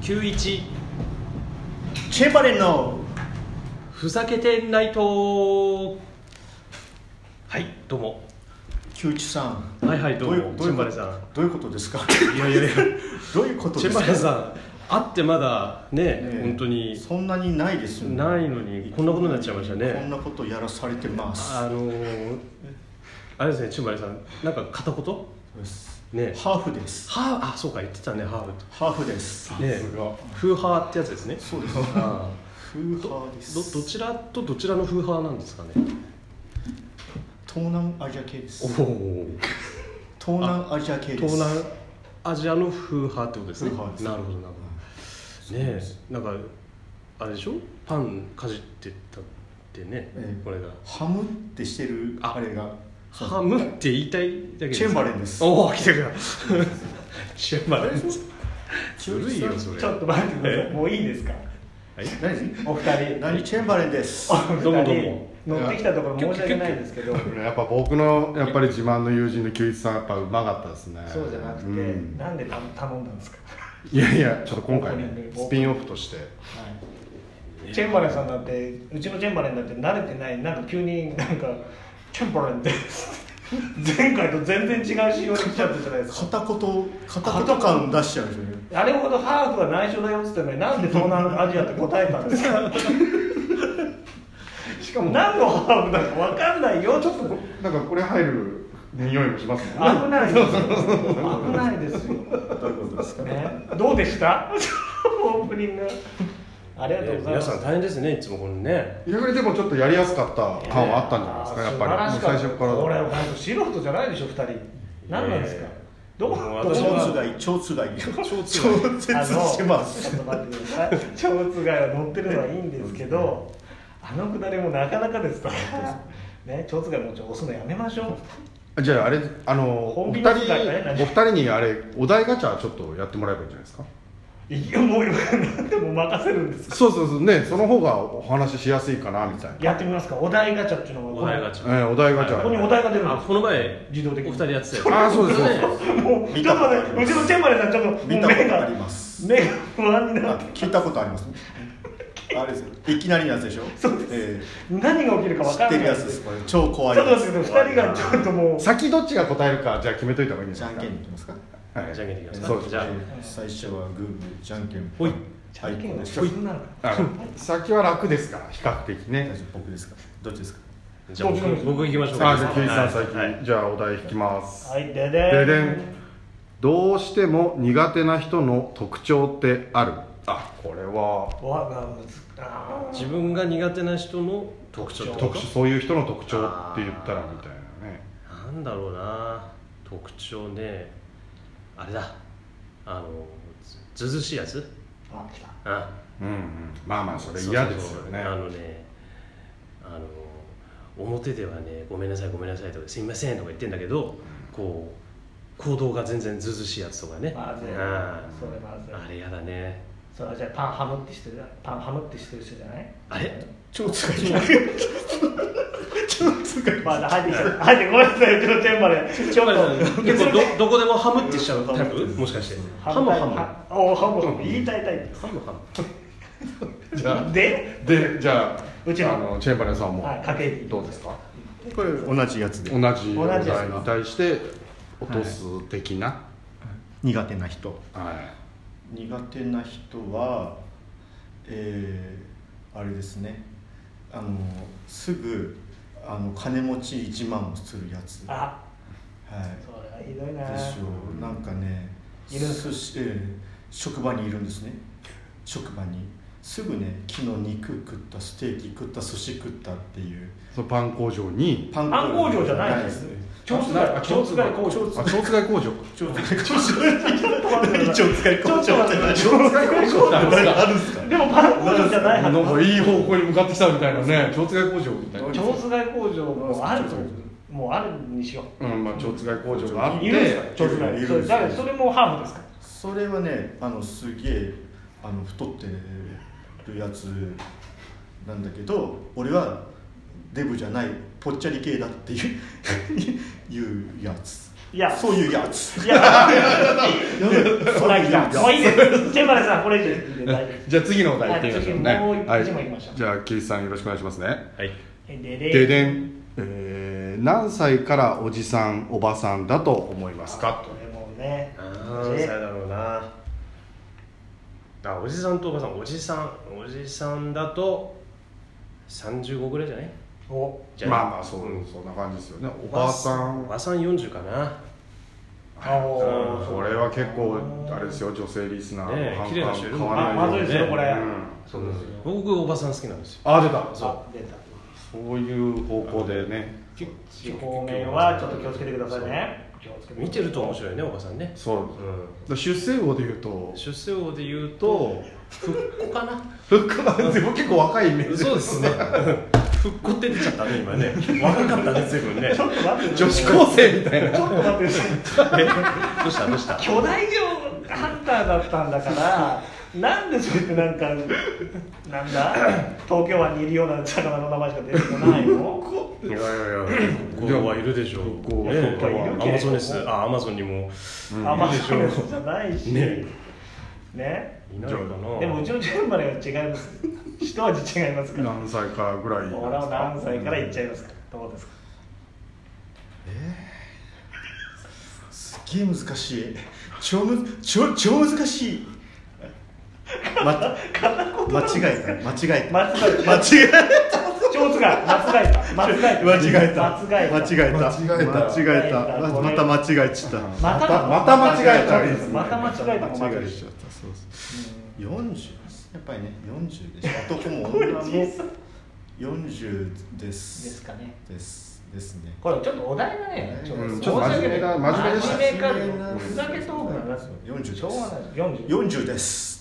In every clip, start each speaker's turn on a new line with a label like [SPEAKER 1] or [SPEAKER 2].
[SPEAKER 1] 91
[SPEAKER 2] チェンバレンの
[SPEAKER 1] ふざけてないとはいどうも
[SPEAKER 2] 九一さん
[SPEAKER 1] はいはいどうも
[SPEAKER 2] どういう
[SPEAKER 1] チェンバレンさん
[SPEAKER 2] どういうことですか
[SPEAKER 1] いやいやいや
[SPEAKER 2] どういうこ と
[SPEAKER 1] チ
[SPEAKER 2] で
[SPEAKER 1] ェン
[SPEAKER 2] す
[SPEAKER 1] バ
[SPEAKER 2] か
[SPEAKER 1] レンさん会ってまだね
[SPEAKER 2] ねえ
[SPEAKER 1] 本当に
[SPEAKER 2] そんなにないですよね
[SPEAKER 1] ないのにこんなことになっちゃいました
[SPEAKER 2] こん
[SPEAKER 1] ね
[SPEAKER 2] なことやらされてます
[SPEAKER 1] あのーあれですねチェンバレンさんなんか片言
[SPEAKER 2] そうです
[SPEAKER 1] ね
[SPEAKER 2] ハーフです
[SPEAKER 1] ハーフあそうか言ってたねハーフと
[SPEAKER 2] ハーフです
[SPEAKER 1] ねフーハーってやつですね
[SPEAKER 2] そうです
[SPEAKER 1] あー
[SPEAKER 2] フーハーです
[SPEAKER 1] どどちらとどちらの風派なんですかね
[SPEAKER 2] 東南アジア系です東
[SPEAKER 1] お
[SPEAKER 2] 南アジア系で
[SPEAKER 1] 東
[SPEAKER 2] す
[SPEAKER 1] 南アジアの風派ってことですね
[SPEAKER 2] 風派です
[SPEAKER 1] なるほどなるほどねえなんかあれでしょパンかじってたってね、
[SPEAKER 2] ええ
[SPEAKER 1] これが
[SPEAKER 2] ハムってしてる
[SPEAKER 1] あ
[SPEAKER 2] あれが
[SPEAKER 1] ハムって言いたいだけです
[SPEAKER 2] チェンバレンです
[SPEAKER 1] おお来てくれた チェンバレンですずるいよそれ
[SPEAKER 3] ちょっと待ってください。もういいですか。
[SPEAKER 2] 何
[SPEAKER 3] お二人。
[SPEAKER 2] 何チェンバレンです
[SPEAKER 3] お二人
[SPEAKER 1] どうもどうも
[SPEAKER 3] 乗ってきたところ申し訳ないですけど。
[SPEAKER 4] やっぱ僕のやっぱり自慢の友人の久一さんやっぱうまかったですね
[SPEAKER 3] そうじゃなくて、
[SPEAKER 4] うん
[SPEAKER 3] なんで頼頼んだんですか。
[SPEAKER 4] いやいやちょっと今回ねスピンオフとして
[SPEAKER 3] チェンバレンさんだってうちのチェンバレンだって慣れてないなんか急になんかチェンバレンって 前回と全然違う仕様に来ちゃったじゃないですか。
[SPEAKER 2] 片言片言感出しちゃうんですよね
[SPEAKER 3] あれほどハーフは内緒だよっつってんのになんで東南アジアって答えたんですかしかも何のハーフだか分かんないよちょっと
[SPEAKER 4] なんかこれ入る匂いもしますね
[SPEAKER 3] 危ないですよ危ないですよ
[SPEAKER 2] どういうことですか
[SPEAKER 3] ね、 どうでしたオープニングありがとうござい
[SPEAKER 1] 皆
[SPEAKER 3] ます、
[SPEAKER 1] さん大変ですねいつもこのね
[SPEAKER 4] 逆にでもちょっとやりやすかった感はあったんじゃないですかやっぱりもう最初から
[SPEAKER 3] これ本当素人じゃないでしょ二人何なんですか、
[SPEAKER 1] いやいや
[SPEAKER 3] どう
[SPEAKER 1] もう
[SPEAKER 3] どう
[SPEAKER 1] 私は
[SPEAKER 2] 超つがい超つがい
[SPEAKER 1] 超
[SPEAKER 2] 超
[SPEAKER 1] 強い
[SPEAKER 2] 絶してます
[SPEAKER 3] ちょっと待ってください蝶つがいは乗ってるのはいいんですけどあのくだりもなかなかですからね蝶つがいもうちょっと押すのやめましょう
[SPEAKER 4] じゃああれあの
[SPEAKER 3] コ
[SPEAKER 4] お
[SPEAKER 3] ンビ
[SPEAKER 4] 二
[SPEAKER 3] ニ
[SPEAKER 4] 人
[SPEAKER 3] の世界ね
[SPEAKER 4] お二人にあれお題ガチャちょっとやってもらえばいいんじゃないですか
[SPEAKER 3] いやもう何でも任せるんです
[SPEAKER 4] そうそうそうねその方がお話ししやすいかなみたいな、
[SPEAKER 3] やってみますかお題ガチャっていうのが
[SPEAKER 1] お前がちょっ
[SPEAKER 4] えーお題ガチャ
[SPEAKER 3] ここにお題が出るん
[SPEAKER 1] とあ
[SPEAKER 3] です
[SPEAKER 1] この前
[SPEAKER 3] 自動的
[SPEAKER 1] お
[SPEAKER 3] に
[SPEAKER 1] 二人やってた
[SPEAKER 4] あーそうですそうです
[SPEAKER 3] もうちょっとねうちのチェンバレンさんちょっと
[SPEAKER 2] 見
[SPEAKER 3] 目
[SPEAKER 2] たことあ
[SPEAKER 3] が
[SPEAKER 2] ります
[SPEAKER 3] 目が不安にな
[SPEAKER 2] あ
[SPEAKER 3] って
[SPEAKER 2] 聞いたことありますあれですよいきなりのやつでしょ
[SPEAKER 3] そうです
[SPEAKER 2] え
[SPEAKER 3] 何が起きる
[SPEAKER 2] え
[SPEAKER 3] か分
[SPEAKER 2] 知っ
[SPEAKER 3] かん
[SPEAKER 2] て
[SPEAKER 3] ない
[SPEAKER 2] るやつですこれ超
[SPEAKER 3] ちょ
[SPEAKER 2] 怖
[SPEAKER 3] っ
[SPEAKER 2] い
[SPEAKER 3] と
[SPEAKER 2] やつ
[SPEAKER 3] 待ってください2人がちょっともう
[SPEAKER 4] 先どっちが答えるかじゃあ決めといた方がいいんじ
[SPEAKER 2] じ
[SPEAKER 4] ゃ
[SPEAKER 2] ゃ
[SPEAKER 4] ない
[SPEAKER 2] んけんい
[SPEAKER 4] です
[SPEAKER 2] きますか
[SPEAKER 4] か
[SPEAKER 1] じゃんけんいきますか
[SPEAKER 4] そうです
[SPEAKER 1] じゃあ
[SPEAKER 2] 最初はグーじゃんけん
[SPEAKER 1] ほい
[SPEAKER 3] じゃんけん
[SPEAKER 2] は
[SPEAKER 3] はい普通なの
[SPEAKER 4] あ の先は楽ですから比較的
[SPEAKER 2] 大
[SPEAKER 4] ね
[SPEAKER 2] 丈夫僕ですかどっちですか
[SPEAKER 1] じゃあ僕僕行きましょう
[SPEAKER 4] さ
[SPEAKER 1] か
[SPEAKER 4] あじゃあ九一さん
[SPEAKER 1] はい
[SPEAKER 4] 先、じゃあお題引きます、
[SPEAKER 3] はいでで
[SPEAKER 4] ででんどうしても苦手な人の特徴ってあるあこれは
[SPEAKER 3] わがむずあ
[SPEAKER 1] 自分が苦手な人の特徴ってこと
[SPEAKER 4] 特殊そういう人の特徴って言ったらみたいなね
[SPEAKER 1] なんだろうな特徴ねあれだあのずずずしいやつ
[SPEAKER 3] ーあ来た
[SPEAKER 1] あ
[SPEAKER 4] うんうんまあまあそれ嫌ですよね
[SPEAKER 1] あのねあの表ではねごめんなさいごめんなさいとかすいませんとか言ってんだけどこう行動が全然ずうずうしいやつとかね
[SPEAKER 3] まずい
[SPEAKER 1] あ
[SPEAKER 3] それまずい
[SPEAKER 1] あれやだね
[SPEAKER 3] それはじゃあパンハムってしてるパンハムってしてる人じゃない
[SPEAKER 1] あれ
[SPEAKER 2] 超つがい超つがい
[SPEAKER 3] まだ入ってきちゃった入ってごめんなさいうちのチェンバレン
[SPEAKER 1] 千葉さん
[SPEAKER 3] ちょっと
[SPEAKER 1] 結構どどこでもハムってしちゃうタイプもしかしてハムハムハ
[SPEAKER 3] ハムおハムハム言いたいタイプ
[SPEAKER 1] ムハム
[SPEAKER 4] じゃ
[SPEAKER 3] で
[SPEAKER 4] あでじゃあ
[SPEAKER 3] うちの
[SPEAKER 4] あのチェンバレンさんも
[SPEAKER 3] はい家計費
[SPEAKER 4] どうですか
[SPEAKER 2] これ同じやつで
[SPEAKER 4] 同じお
[SPEAKER 3] 同
[SPEAKER 4] 題
[SPEAKER 3] じ
[SPEAKER 4] に
[SPEAKER 3] ですか
[SPEAKER 4] 対して落とす的な、
[SPEAKER 2] 苦手な人
[SPEAKER 4] はい
[SPEAKER 2] 苦手な人はえー、あれですねあのすぐあの金持ち自慢をするやつは
[SPEAKER 3] あ
[SPEAKER 2] い
[SPEAKER 3] それはひどいな
[SPEAKER 2] でしょうなんかね
[SPEAKER 3] いるんです
[SPEAKER 2] すし、ええ職場にいるんですね職場にすぐね昨日肉食ったステーキ食った寿司食ったっていう
[SPEAKER 4] そのパン工場に
[SPEAKER 2] パ
[SPEAKER 3] パン工場じゃないんです
[SPEAKER 4] 超
[SPEAKER 3] 超
[SPEAKER 4] つ
[SPEAKER 3] つ
[SPEAKER 4] が
[SPEAKER 3] がい
[SPEAKER 4] い
[SPEAKER 3] 超
[SPEAKER 4] 超つ
[SPEAKER 3] つ
[SPEAKER 4] が
[SPEAKER 3] が
[SPEAKER 4] い
[SPEAKER 3] い
[SPEAKER 4] 工
[SPEAKER 3] 工
[SPEAKER 4] 場
[SPEAKER 3] 場
[SPEAKER 4] あ超つがい工場
[SPEAKER 2] 超使い あ
[SPEAKER 3] ちょっと待って
[SPEAKER 2] るんですか
[SPEAKER 3] でもパン工場じゃないはず
[SPEAKER 4] なんかいい方向に向かってきたみたいなね超つがい工場みたいな
[SPEAKER 3] 蝶子貝工場もあるともうあるにしよ
[SPEAKER 4] うんまあ超つがい工場があっ
[SPEAKER 3] ういるんです
[SPEAKER 4] て
[SPEAKER 3] か蝶子貝
[SPEAKER 2] いるんです
[SPEAKER 3] それ誰それもハーフですか
[SPEAKER 2] それはねあのすげえあの太ってるやつなんだけど俺 はデブじゃないぽっちゃり系だっていういうやつ
[SPEAKER 3] いや
[SPEAKER 2] そういうやつ
[SPEAKER 3] いや、
[SPEAKER 2] やべえ
[SPEAKER 3] もういいです。もういいです。チェンバレンさん、これ以上言って大丈夫
[SPEAKER 4] じゃあ次のお題行ってみましょうね
[SPEAKER 3] はい次もう一
[SPEAKER 4] はい
[SPEAKER 3] 一問いきましょう
[SPEAKER 4] じゃあキリスさんよろしくお願いしますね
[SPEAKER 1] はい
[SPEAKER 3] で
[SPEAKER 4] で
[SPEAKER 3] で
[SPEAKER 4] でん、えー何歳からおじさんおばさんだと思いますか
[SPEAKER 3] これもね、
[SPEAKER 1] 何歳だろうなあおじさんとおばさんおじさんおじさんだと35ぐらいじゃない
[SPEAKER 3] お、
[SPEAKER 1] じゃ
[SPEAKER 4] まあまあそう、
[SPEAKER 1] ん
[SPEAKER 4] そんな感じですよねおばさ
[SPEAKER 1] お
[SPEAKER 4] ん
[SPEAKER 1] ばさん40かな
[SPEAKER 3] あの
[SPEAKER 1] うん
[SPEAKER 4] これは結構あれですよ女性リスナー
[SPEAKER 1] ね
[SPEAKER 4] の
[SPEAKER 1] え綺麗な人いるもんね
[SPEAKER 4] 変わら
[SPEAKER 3] ま
[SPEAKER 4] な
[SPEAKER 3] まずいですよ、これ。
[SPEAKER 4] うん
[SPEAKER 1] そうですよ僕おばさん好きなんですよ
[SPEAKER 4] あ出たそ
[SPEAKER 3] そう、出た。
[SPEAKER 4] うそういう方向でね
[SPEAKER 3] 地方面はちょっと気をつけてくださいね。気をつけ
[SPEAKER 1] 見てると面白いねおばさんね
[SPEAKER 4] そう
[SPEAKER 1] うん
[SPEAKER 4] だ出世魚でいうと
[SPEAKER 1] 出世王で言うと復古かな
[SPEAKER 4] 復活でも結構若いイメージ
[SPEAKER 1] そうですね 復古って出ちゃったね今ね若かったね随分ね
[SPEAKER 3] ちょっと待って。
[SPEAKER 4] 女子高生みたいな
[SPEAKER 3] ちょっと待って。
[SPEAKER 1] どうしたどうした
[SPEAKER 3] 巨大魚ハンターだったんだから。なんでそれってなんかなんだ東京湾にいるような魚の名前しか出てこないの
[SPEAKER 1] いやいやいや復古はいるでしょう
[SPEAKER 4] 復興
[SPEAKER 1] ね
[SPEAKER 4] 復興
[SPEAKER 3] は
[SPEAKER 1] アマゾネスあアマゾンにも
[SPEAKER 3] アマゾネ
[SPEAKER 1] いいでしょ
[SPEAKER 3] スじゃないし
[SPEAKER 1] ね
[SPEAKER 3] ね
[SPEAKER 1] いないかな
[SPEAKER 3] でもうちのチェンバレンは違います一味違いますから
[SPEAKER 4] 何歳からぐらいなんですか
[SPEAKER 3] 俺は何歳からいっちゃいますかどうですか
[SPEAKER 2] すっげえ難しい超む超超難しいま間違えた間違えた
[SPEAKER 3] 松田
[SPEAKER 2] 間違えた
[SPEAKER 3] 超津が 間違えた間違えた
[SPEAKER 2] 間違えた
[SPEAKER 3] 間違えた
[SPEAKER 2] 間違えた
[SPEAKER 4] 間違えた
[SPEAKER 2] 間違えた
[SPEAKER 3] 間違えた
[SPEAKER 2] また間違えちゃった
[SPEAKER 3] また
[SPEAKER 4] また間違えた
[SPEAKER 3] ですまた間違えた
[SPEAKER 2] 間違え
[SPEAKER 3] え
[SPEAKER 2] ちゃったそうそう40やっぱりね40です男も女も40で
[SPEAKER 3] ですすかね
[SPEAKER 2] ですですね
[SPEAKER 3] これちょっとお題がねちょっと
[SPEAKER 4] うんちょっと真面目だ真面目でした
[SPEAKER 3] 真面目かふざけトークなんだ
[SPEAKER 2] 40です
[SPEAKER 3] しょうがない40
[SPEAKER 2] 40です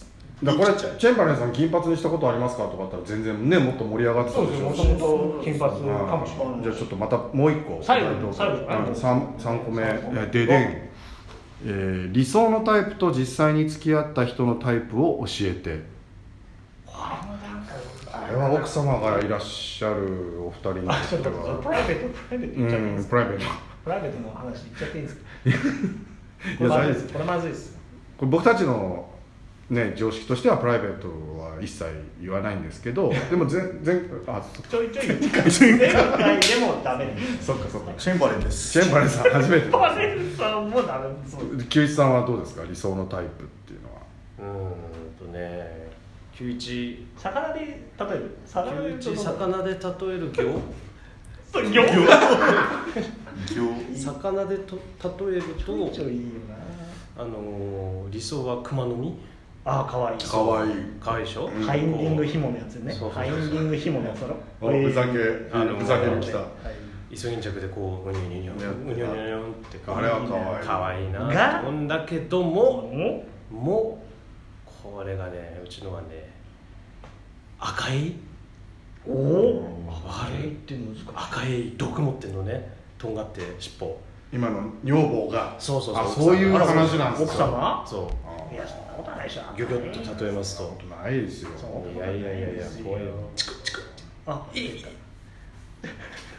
[SPEAKER 4] だからこれチェンバレンさん金髪にしたことありますかとかあったら全然ねもっと盛り上がってた
[SPEAKER 3] そう
[SPEAKER 4] で
[SPEAKER 3] で
[SPEAKER 4] し
[SPEAKER 3] す
[SPEAKER 4] ょ
[SPEAKER 3] よも
[SPEAKER 4] うし
[SPEAKER 3] ともと金髪かもしれない
[SPEAKER 4] じゃあちょっとまたもう一個
[SPEAKER 3] 最後に
[SPEAKER 4] どうぞ
[SPEAKER 3] 最後に
[SPEAKER 4] うん三三個目えででん、えー理想のタイプと実際に付き合った人のタイプを教えてあれは奥様がいらっしゃるお二人にと
[SPEAKER 3] あちょっ
[SPEAKER 4] って
[SPEAKER 3] と
[SPEAKER 4] は
[SPEAKER 3] プライベートプライベート
[SPEAKER 4] う
[SPEAKER 3] 言っちゃっていいで
[SPEAKER 4] ん
[SPEAKER 3] す
[SPEAKER 4] プ
[SPEAKER 3] か
[SPEAKER 4] ライベート
[SPEAKER 3] プライベートの話言っちゃっていいんですかこれ
[SPEAKER 4] いや
[SPEAKER 3] まずい
[SPEAKER 4] 大丈夫
[SPEAKER 3] ですこれまずいです
[SPEAKER 4] これ僕たちのね常識としてはプライベートは一切言わないんですけどでも全全あ
[SPEAKER 3] ち ょいちょい前回でもダメです
[SPEAKER 4] そっかそっか
[SPEAKER 2] チェンバレンです
[SPEAKER 4] チェンバレンさん初めて
[SPEAKER 3] バレルさんもダメそう
[SPEAKER 4] 久一さんはどうですか理想のタイプっていうのは
[SPEAKER 1] うーんとね91
[SPEAKER 3] 魚で例えば魚で
[SPEAKER 1] 91魚で例える魚
[SPEAKER 3] そうよ
[SPEAKER 2] 行
[SPEAKER 1] 魚でと例える
[SPEAKER 3] ちょ
[SPEAKER 1] と
[SPEAKER 3] いちょいいいよな
[SPEAKER 1] あのー理想は熊の実
[SPEAKER 3] あー可愛い
[SPEAKER 4] かわいい
[SPEAKER 1] 可愛いでしょ
[SPEAKER 3] ハインディング
[SPEAKER 1] こ
[SPEAKER 3] 紐のやつね
[SPEAKER 1] そうそうそう
[SPEAKER 3] ハインディング紐のやつだろ
[SPEAKER 4] おふざけ
[SPEAKER 1] あの
[SPEAKER 4] ふざけに来た
[SPEAKER 1] うイソギンチャクでこううにゅうにゅうにゅう
[SPEAKER 4] やってた
[SPEAKER 1] うにゅうにゅうにゅうって
[SPEAKER 4] あれはかわいい
[SPEAKER 1] 可愛いな
[SPEAKER 3] が
[SPEAKER 1] と思うんだけども
[SPEAKER 3] も
[SPEAKER 1] もうこれがねうちのはね赤い
[SPEAKER 3] おお
[SPEAKER 1] あれ
[SPEAKER 3] って難しい
[SPEAKER 1] 赤い毒持ってんのねとんがって尻尾
[SPEAKER 4] 今の女房が
[SPEAKER 1] そうそうそう
[SPEAKER 4] あそういう話なんです
[SPEAKER 3] 奥
[SPEAKER 4] か
[SPEAKER 3] 様
[SPEAKER 1] そう
[SPEAKER 3] いやそんなことないでしょ
[SPEAKER 1] ギョギョッと例えますと
[SPEAKER 4] ないですよ
[SPEAKER 3] そう
[SPEAKER 1] いやいやいやいや怖いよ
[SPEAKER 3] あ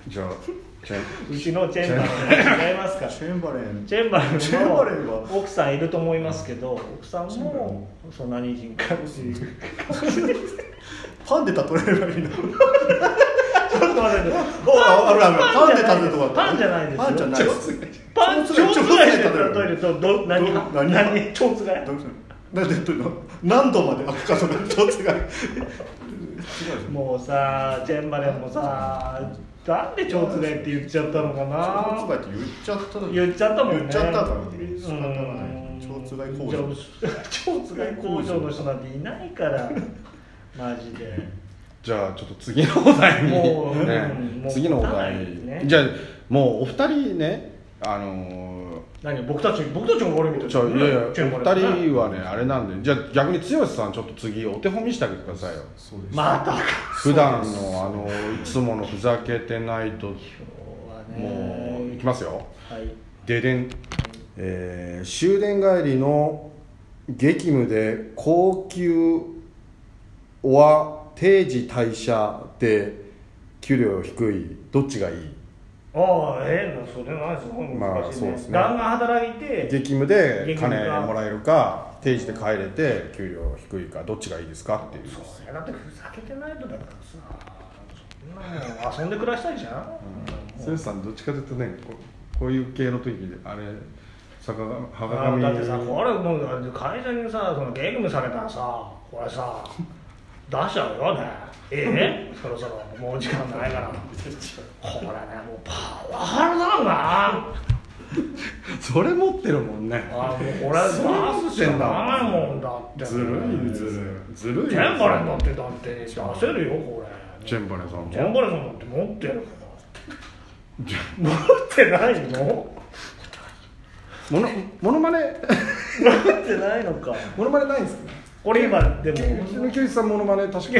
[SPEAKER 4] じゃあじゃ
[SPEAKER 3] うちのチェンバレンは違いますから
[SPEAKER 2] チェンバレン
[SPEAKER 3] チェンバレン
[SPEAKER 2] チェンバレン
[SPEAKER 3] も
[SPEAKER 2] は
[SPEAKER 3] 奥さんいると思いますけど奥さんもそんなに人格ち
[SPEAKER 2] パンで例えればいいの
[SPEAKER 3] ょっと待って
[SPEAKER 2] ああるある
[SPEAKER 3] パンじゃな
[SPEAKER 2] パンで例え
[SPEAKER 3] いです
[SPEAKER 2] とか
[SPEAKER 3] パンじゃないですよ
[SPEAKER 2] パンじゃないです
[SPEAKER 3] パンチョウズガイで例えるとど何
[SPEAKER 2] ど何
[SPEAKER 3] 何何チョウズガイ
[SPEAKER 2] どうするなんでどういうの何度まで赤かそれどっちが違う
[SPEAKER 3] もうさチェンバレンもさなんでチョウズガイって言っちゃったのか
[SPEAKER 2] 腸痛
[SPEAKER 3] な
[SPEAKER 2] がって言っちゃったの
[SPEAKER 3] 言っちゃったもんね
[SPEAKER 2] 言っちゃったから
[SPEAKER 3] う
[SPEAKER 2] ね
[SPEAKER 3] ん
[SPEAKER 2] 仕方ない腸痛が工
[SPEAKER 3] じゃあ
[SPEAKER 2] 場
[SPEAKER 3] 腸痛が工場の人なんていない からマジで
[SPEAKER 4] じゃあちょっと次のお題に、
[SPEAKER 3] もう
[SPEAKER 4] ね
[SPEAKER 3] うんもう
[SPEAKER 4] 次のお
[SPEAKER 3] 打たな
[SPEAKER 4] 題
[SPEAKER 3] いですね
[SPEAKER 4] じゃあもうお二人ねあの
[SPEAKER 3] 何僕たち僕たちも悪いみた
[SPEAKER 4] ー
[SPEAKER 3] い
[SPEAKER 4] ちょいやいやお二
[SPEAKER 3] チェンバレン
[SPEAKER 4] 人はねあれなんでじゃあ逆に剛さんちょっと次お手本見せてあげてくださいよ
[SPEAKER 2] そうです
[SPEAKER 3] またか
[SPEAKER 4] 普段のあのいつものふざけてないともういきますよ
[SPEAKER 3] はい
[SPEAKER 4] ででん、えー終電帰りの激務で高級おわ定時退社で給料低いどっちがいい
[SPEAKER 3] ああええそれはすごい難しいね,、
[SPEAKER 4] まあそうですね
[SPEAKER 3] ガンガン働いて
[SPEAKER 4] 激務で
[SPEAKER 3] 激務
[SPEAKER 4] 金
[SPEAKER 3] か
[SPEAKER 4] もらえるか定時で帰れて給料低いかどっちがいいですかっていう
[SPEAKER 3] それだってふざけてないとだからさそんなもん遊んで暮らしたいじゃん、
[SPEAKER 4] 剛さんどっちかというとねここういう系の時であれ坂が
[SPEAKER 3] あ
[SPEAKER 4] 幅
[SPEAKER 3] の
[SPEAKER 4] 上
[SPEAKER 3] だってさこれもうあれ会社にさそのゲームされたらさこれさ出しちゃうよね ええそろそろもう時間ないからこれねもうパワハラだな
[SPEAKER 4] それ持ってるもんね
[SPEAKER 3] あもうこれ
[SPEAKER 4] それ持
[SPEAKER 3] 出
[SPEAKER 4] っ
[SPEAKER 3] すしてか
[SPEAKER 4] ん
[SPEAKER 3] な
[SPEAKER 4] だ
[SPEAKER 3] いもんだって
[SPEAKER 4] ずるいずるいずるい
[SPEAKER 3] チェンバレンだってだって出せるよこれ
[SPEAKER 4] チェンバレンさんも
[SPEAKER 3] チェンバレンさんだって持ってるから持ってないの
[SPEAKER 4] ものものまね
[SPEAKER 3] 持ってないのか
[SPEAKER 4] ものまねないんですね
[SPEAKER 3] これ今でも
[SPEAKER 4] うちの清さんものまね確か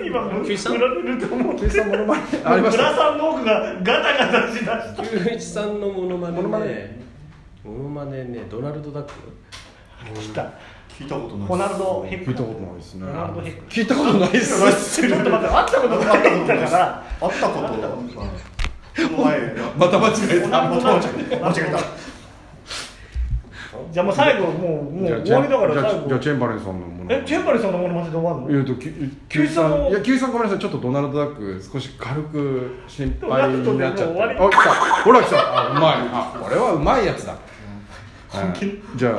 [SPEAKER 4] に
[SPEAKER 3] 今振られると思う
[SPEAKER 4] 清さんものまねありま
[SPEAKER 3] 村
[SPEAKER 4] した
[SPEAKER 3] さんの奥がガタガタしだした
[SPEAKER 1] 龍一さんのモノマネ
[SPEAKER 4] モノマネ
[SPEAKER 1] ねモノマネねドナルド・ダック
[SPEAKER 3] 来た
[SPEAKER 2] 聞いたことない
[SPEAKER 3] ホナルド・ヘッ
[SPEAKER 4] 聞
[SPEAKER 3] ク
[SPEAKER 4] いたことないですね
[SPEAKER 3] ホナルド・ヘック
[SPEAKER 4] 聞いたことないっす
[SPEAKER 3] ちょっと待って会ったことないんだ から
[SPEAKER 2] 会ったことないこの前
[SPEAKER 4] また間違え
[SPEAKER 3] ホナルド・間違えたじゃあもう最後もうもう終わりだから
[SPEAKER 4] じゃあ
[SPEAKER 3] 最
[SPEAKER 4] じゃあ
[SPEAKER 3] 後
[SPEAKER 4] チェンバレンさんのもの
[SPEAKER 3] えチェンバレンさんのものまねで終わるの
[SPEAKER 4] えっとき
[SPEAKER 3] キュウイさんの
[SPEAKER 4] いやキュウイさんごめんなさいちょっとドナルドダック少し軽く心配
[SPEAKER 3] ド
[SPEAKER 4] に
[SPEAKER 3] ナ
[SPEAKER 4] なっ
[SPEAKER 3] ル
[SPEAKER 4] ち
[SPEAKER 3] ド
[SPEAKER 4] ゃ
[SPEAKER 3] でも
[SPEAKER 4] っ
[SPEAKER 3] う終わり
[SPEAKER 4] てあ来たほら来たあうまいあこれはうまいや つだ、はい、じゃあ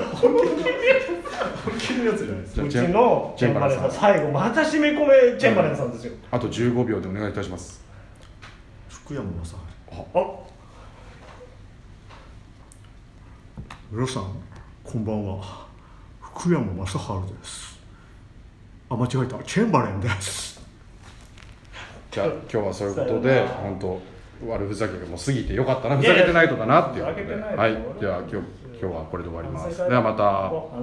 [SPEAKER 2] 聞るやつじゃないです
[SPEAKER 4] じゃあ
[SPEAKER 3] う
[SPEAKER 4] チ
[SPEAKER 3] ち
[SPEAKER 4] ェン
[SPEAKER 3] のチ
[SPEAKER 4] チェ
[SPEAKER 3] ェ
[SPEAKER 4] ン
[SPEAKER 3] ン
[SPEAKER 4] バ
[SPEAKER 3] バ
[SPEAKER 4] レ
[SPEAKER 3] レ
[SPEAKER 4] ン
[SPEAKER 3] ン
[SPEAKER 4] さ
[SPEAKER 3] さ
[SPEAKER 4] ん
[SPEAKER 3] ん最後また締め込めチェンバレンさんですよ
[SPEAKER 4] あと15秒でお願いいたします
[SPEAKER 2] 福山雅治
[SPEAKER 3] あ
[SPEAKER 2] 皆さんこんばんは福山雅治ですあ間違えたチェンバレンです
[SPEAKER 4] じゃあ今日はそういうこと
[SPEAKER 3] さ
[SPEAKER 4] で
[SPEAKER 3] よなら
[SPEAKER 4] 本当悪ふざけがもう過ぎてよかったなふ
[SPEAKER 3] い
[SPEAKER 4] ざ
[SPEAKER 3] やい
[SPEAKER 4] け
[SPEAKER 3] や
[SPEAKER 4] てないとだなっていうこと
[SPEAKER 3] ふざ
[SPEAKER 4] で
[SPEAKER 3] けてない
[SPEAKER 4] はい
[SPEAKER 3] 俺
[SPEAKER 4] では今日今日はこれで終わりますではまた
[SPEAKER 3] あの